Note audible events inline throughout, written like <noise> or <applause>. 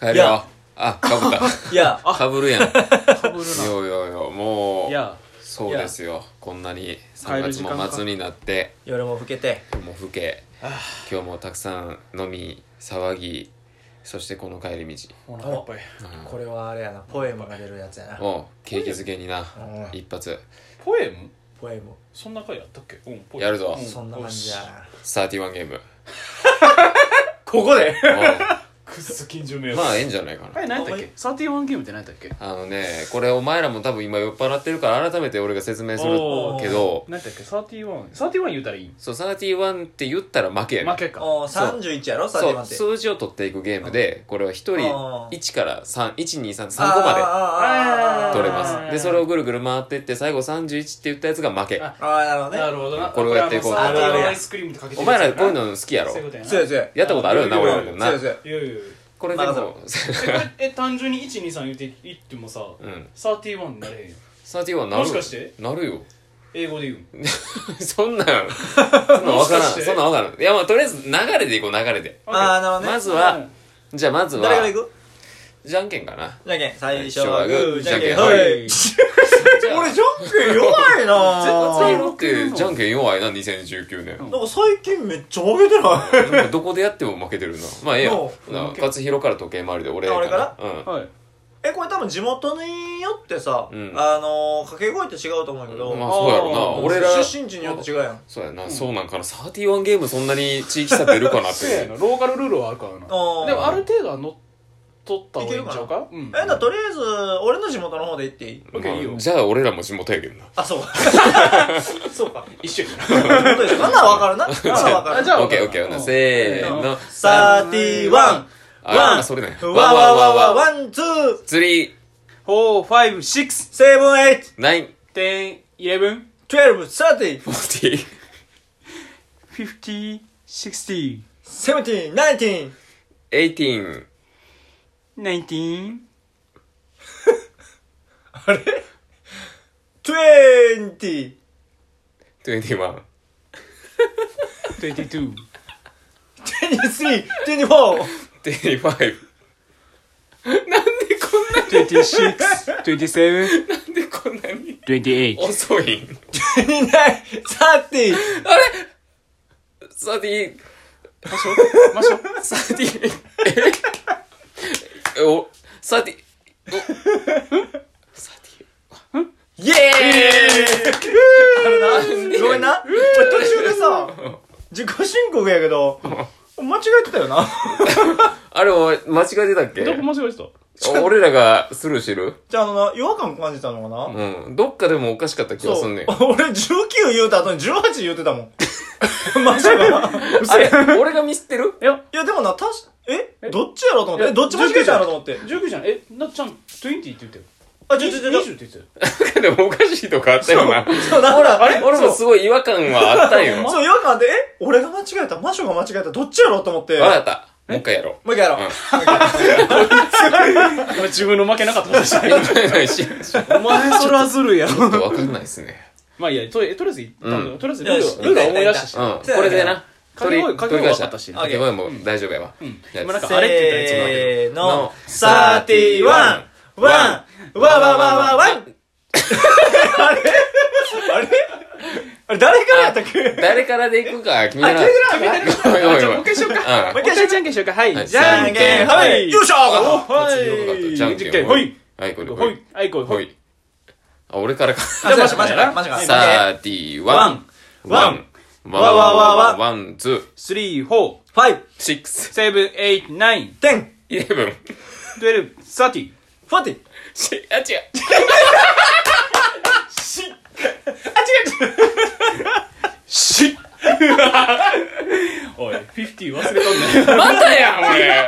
帰るいよやあかぶったいやあかぶるやんかぶるよいよいよもないうやそうですよこんなに3帰る月時間かも末になって夜も更けて今日も更け今日もたくさん飲み騒ぎそしてこの帰り道お腹いっぱいうんこれはあれやなポエムが出るやつやなもう景気づけになうん一発ポエムポエムそんな回やったっけうんポエムやるぞうそんな感じやな31ゲーム <laughs> ここでうくっそ緊張んめまあええんじゃないかあなれ何やったっけサーティワンゲームって何やったっけあのねこれお前らも多分今酔っ払ってるから改めて俺が説明するおーけど何やったっけサーティワンサーティワン言うたらいいんそう31って言ったら負けやね負けかおーそう31やろサーティそワンうって数字を取っていくゲームでこれは1人あー1から12335ままで取れあまーすでそれをぐるぐる回ってって最後31って言ったやつが負けあああなるほどねなるほどなこれをやっていこうとサーティあるあワるンやアイスクリームってかけておる前らこういうの好きやろそういうことやな強い強いやったことあるよなうん俺らでもな強い強いいやいやいやこれで任もえこれえ単純に123言って言ってもさ <laughs> うんサーティワンになれへんよ31なるもしかしてなるよ <laughs> 英語で言うんそ <laughs> んなんそんなんわからんもしかしてそんなんわからんいやまあとりあえず流れでいこう流れでああなるほどねまずはじゃあまず誰からは行くじゃんけんかなじゃんけん最初ははググーーじゃんけんははいい <laughs> 俺じゃんけん弱い絶対なだってじゃんけん弱いな2019年なんか最近めっちゃ負けてない <laughs> なんかどこでやっても負けてるな。まあええやもん。な勝弘から時計回りで俺やあ俺からうん。はいえこれ多分地元によってさ、うんあのー、掛け声って違うと思うんやけど、まあそうやろな。あー俺ら、出身地によって違うやんそうやな。そうなんかな。31ゲームそんなに地域差出るかなっそうやて。なローカルルールはあるからなあーでもある程度は乗っ取った方がいいんちゃうかうんえだとりあえず俺の地元の方で行っていいオッケーいいよまあじゃあ俺らも地元やけどな。あ <laughs> そうかそうか一緒やな本当でしょあんならわかる <laughs> なあんならわかあるじゃあオッケーオッケー。ほなせーの。サーティワンあワあ、ンそれね。わわわわわワンツー釣り、 4、5、6、セブンエイト9、 10、11、トゥエルブサーティ40。 50、60、セブンティーンナインティーン18 19、あれトゥエンティー21 22、テニスリーテニフォー25なん26、27、 <laughs> でこんなに28。遅いんテニナイサーティー30ましょうましょうサティ、えお、サティ、お、サテイエーイごめんな俺途中でさ自己申告やけど間違えてたよなィ。あれ、お前間違えてたっけどこ間違えてたお俺らがスルーしてるじゃああのな違和感感じたのかな、うん。どっかでもおかしかった気がすんねん。 <laughs> 俺19言うた後に18言うてたも <laughs> んマジかあれ、俺がミスってるいや、いやでもなたしええどっちやろうと思っていやえどっち間違えたんやろうと思って19じゃん。え、なっちゃん、20って言ってたよ。あちょちょちょちょ20って言ってたよ。なんかでもおかしいとこあったよな。そうだからあれ俺もすごい違和感はあったんよ。そう違和感でえ俺が間違えた魔女が間違えたどっちやろうと思ってわかった。もう一回やろう。もう一回やろう、うん今自分の負けなかったことしいやいやしちょっお前それはずるいやろ。とわかんないっすね。まあいいや、とりあえずとりあえず一う旦、とりあえずルよしールルールは思い出したしう。ん。これでな。掛け声取り取り返し掛け声分かったし掛け声も大丈夫やわ。んじゃあ今なんかせーの、さサーーテティィワワンン、ワン、わわわわわん。 <laughs> あれあれあれ誰から <laughs> やったっけ誰からで行くか、決めな。あみんなでごめんごめんごめんじゃあもう一回しようか。うんもう一回じゃんけんしようか。ははいい。じゃんけん、はい。よっしゃーお強かっはたい。じゃんけんほほいい。はい、これ、ほほいい。。はい、こい。ほほい。い。あ、俺からか。あ、マジマジマジマジサーティワン。ワンン。ワンワンワワンンワワンワン。ンワン、ツー、 3、4、ファイブ、シックス、 7、8、9、テン、イレブン。 12、30。フォーティ。しあ、違う。しおい、50忘れたんだよ。またやん、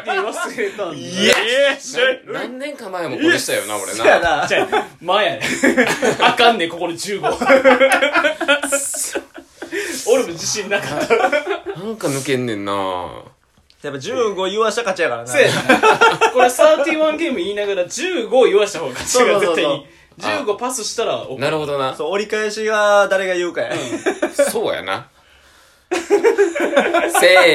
<laughs> 俺。忘れたんだよ。イエス何年か前もこれしたよな、俺そうやな。な。じゃあ、前やね。あかんねん、ここで15。俺も自信なかった。なんか抜けんねんな。やっぱ15言わした勝ちやからな。せやなこれ31ゲーム言いながら15言わした方が勝ちが絶対いい。そうそうそう15パスしたら、おなるほどな。そう、折り返しが誰が言うかや。そうやな。 <laughs> せ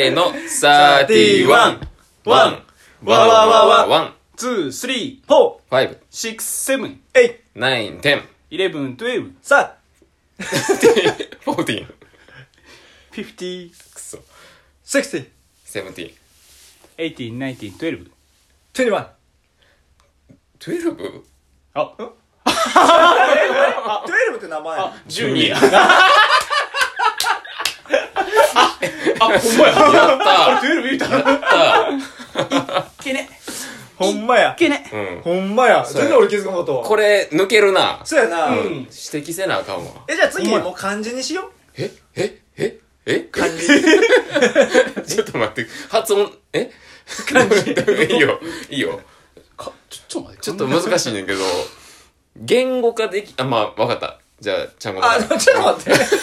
ーの、サーティワン。ワン。わわわわワン、ツー、スリー、フォー、ファイブ、シックス、セブン、エイト、ナイン、テン、イレブン、トゥエブ、サフォーティーー、ン、フィフティー、くそ、セクシー、セブンティーン、エイティー、ナイティー、トゥエルブ。トゥリワン。トゥエルブあ、んトゥエルブって名前十二。 <laughs> あ、やったほんまや。トゥエルブ言うたら。ーけね。ほんまや。けね。うん。ほんまうや。や全然俺気づかなかったわ。これ、抜けるな。そうやな。指摘せなあかんわ。え、じゃあ次、もう漢字にしよええええう。漢え <laughs> 字。ちょっと待って、発音、え感じいいよ、いいよ。か、ちょ、ちょっと待って。ちょっと難しいねんけど、言語化でき、あ、まあ、わかった。じゃあ、ちゃんこあ、ちょっと待 <laughs> って。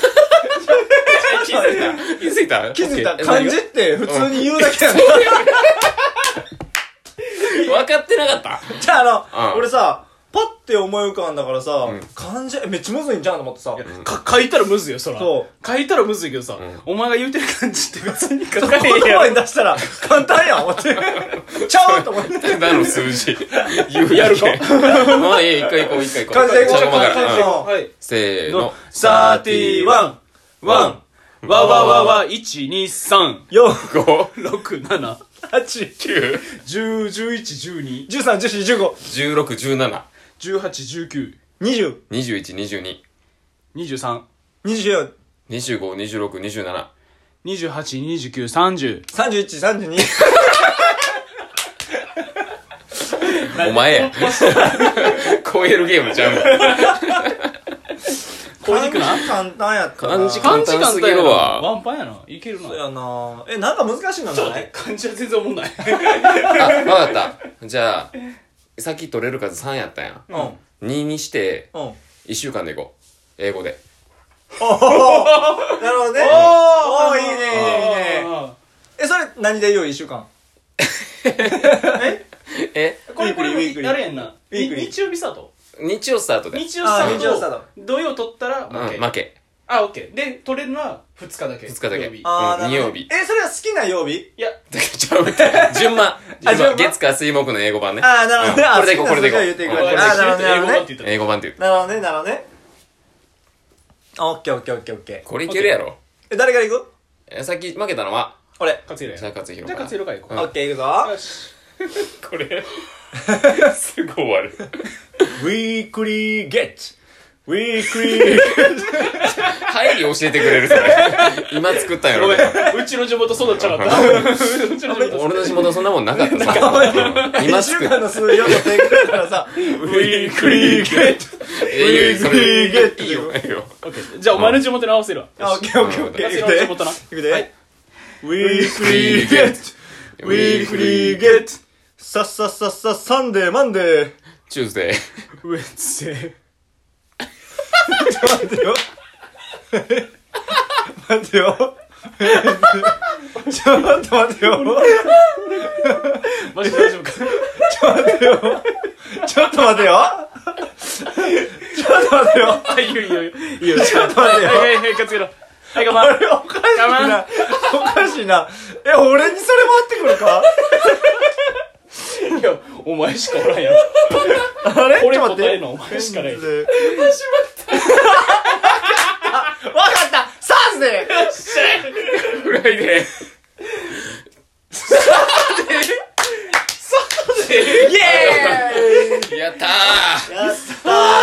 気づいた気づいた <laughs> 気づいた。オッケーえ漢字って普通に言うだけやん。何が分かってなかった <laughs> じゃああうの、ん俺さ、パッて思い浮かんだからさん、漢字、えめっちゃむずいんじゃんと思ってさ。か、書いたらむずいよ、そら。。そう書いたらむずいけどさん、お前が言うてる感じって別に書言かへんや葉 <laughs> ろに出したら簡単やん、思って。ちゃうと思って。ただの数 <laughs> 字。言うだけやるか <laughs> まあ、いい、一回行こう、一回行こう。漢字で行こうちゃんこま漢字かでら行こうんうはい。せーのの。、サーティワン、ワン、わわわわ、1、2、3、 4、 5、 6、7、 8、 9、 10、11、13、12、14、15、 16、17、 18、19、 20、 21、22、 23、 24、 25、26、27。 28、29、30。 31、32。お前や。超えるゲームちゃう <laughs> もん。これいくな <laughs> 漢字簡単やったな。漢字簡短時間すぎるわワンパンやな。いけるな。そうやなえ、なんか難しいのじゃない感じは全然思んない。あ、わかった。じゃあ、さっき取れる数3やったやん。うん。うん。 2にして、おー1週間でいこう。英語で。なるほどね。おーいいね、いいね、いいね。え、それ何で言う一週間えこれ、こウィークリれ、ーあれやんな。ウィークリーに日曜日スタート日曜スタートで。日曜スタあー日曜スターート。土曜取ったらうん、負け。負け。 <laughs> あ、オッケー。で、取れるのは2日だけ。 2日だけ。土うん曜日いあーな二るほ曜ど日。え、それは好きな曜日や、ちゃうって順番。 <laughs> あ順順番。番月火水木の英語版ね。あー、なるほどね。うんこあれでいこう、これでいこ好きな数字は言っていくうわうけん。あーなるほどね英語版って言ったら英語版って言う。なるほどね、なるほどね。オッケーオッケーオッケーオッケー。これいけるやろ。え、誰から行くえさっき負けたのは、俺。勝弘や。じゃあ勝弘じかゃあな勝弘から行こオッケー行くぞ。よし。 <laughs> これ、す <laughs> ぐ終わる。ウィークリーゲット。ウィーク <laughs> リー。入り教えてくれるそれ。 <laughs> 今作ったんやごろめみたいな。ん、うちの地元そうなっちゃなかった。うちの地元俺の地元そんなもんなかったさ。 <laughs> うん今一週作っ間た。の数字を持っていくからさ、ウィークリーゲット。えいいよいいよそれウィークリーゲットいいよ、いいよ。オッケ <laughs> ー。じゃあお前の地元に合わせるわ。あ、オッケーオッケーオッケー。勝行弘くので地。元な。行くで。ウィークリーゲット。ウィークリーゲット。さっさっさっさ、サンデー、マンデー。チューズデー。ウェッツデー。待ってよ。待ってよ。ちょっと待ってよ。マジで大丈夫か。ちょっと待ってよ。ちょっと待ってよ。あ、いいよいいよいいよ。いいよ。ちょっと待ってよ。はいはいはい、勝弘。はい、我慢。おかしいな。おかしいな。え、俺にそれ回ってくるかいや、お前しかおら <laughs> んやろ。あれちょこっれと待って。答えのお前しかない。しまった。わかった。サーズデー。フライデー。イエやったーイ。やったー。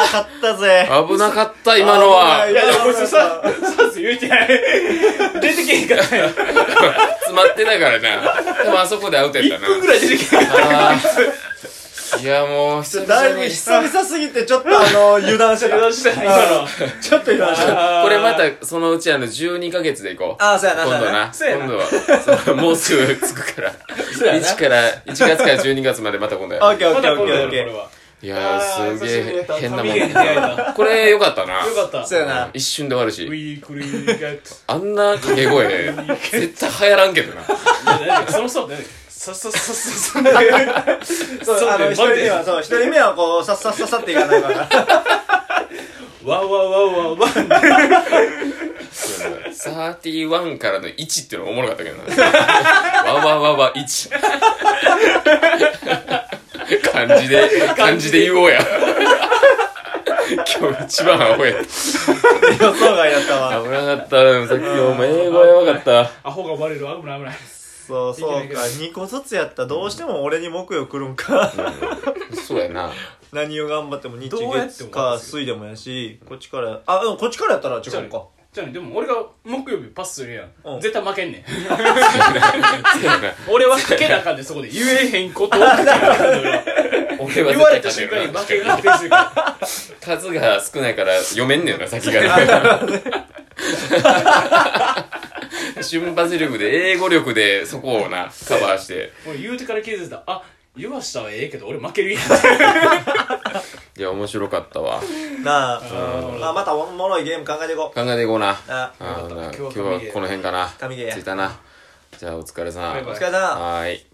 勝ったぜ。ー危なかった、今のは。いいやでや、でももここいいつつささ、さず言うてない。 <laughs> 出てけへんからね。詰まってたからな。でもあそこでアウトやった1分な。ぐらい出てけへんから。あーいや、もう、久々だいぶに。久々すぎてちょっとあの油断して油た断してた、今の。ちょっと油断してたこれまた、そのうちあの、12ヶ月でいこう。あーそうやな今度そうやな今度は。そうもうすぐ着くから。そうやな1から、1月から12月までまた今度やオる。ッケーオまッケだーオッ今度ケーオッケやろ、こーれは。いやー、すげえ変なもん旅に出会えたこれ、よかったな。よかった。そうやな一瞬で終わるしウ。ィークリーゲット。あんな掛け <laughs> 声、絶対流行らんけどな。その人って何さささささそうあの一人目はそう一人目はこうさっさっさっさっていかないからわわわわわ。そうやな31からの1っていうのがおもろかったけどな。わわわわ1。漢字で、漢字で言おうや。今日一番アホや。 <laughs> 予想外やったわ危なかった。でもさっきお前英語やばかった。アホがバレる危ない危ない <laughs> そうそう <laughs> か2個ずつやったどうしても俺に木曜来るん <laughs> かそうやな。何を頑張っても日どうやって月もか水でもやしこっちからあでもこっちからやったら違うかじゃあねでも俺が木曜日パスするやん、うん絶対負けんねんそうやな。俺は負けなあかんでそこで言えへんことを言わ俺はれ絶た対瞬勝間てにるな負けが発生するから数が少ないから読めんねんな、先 <laughs> がね。瞬発力で、英語力でそこをな、カバーして。俺言うてから気づいたあ言わしたはええけど俺負けるやんいや、面白かったわ。なあうんあまたおもろいゲーム考えていこう考えていこうな。ああーな今今日は日はこの辺かな。神ゲーやついたな。じゃあ、お疲れさん。バイおバイ疲れさんはーい。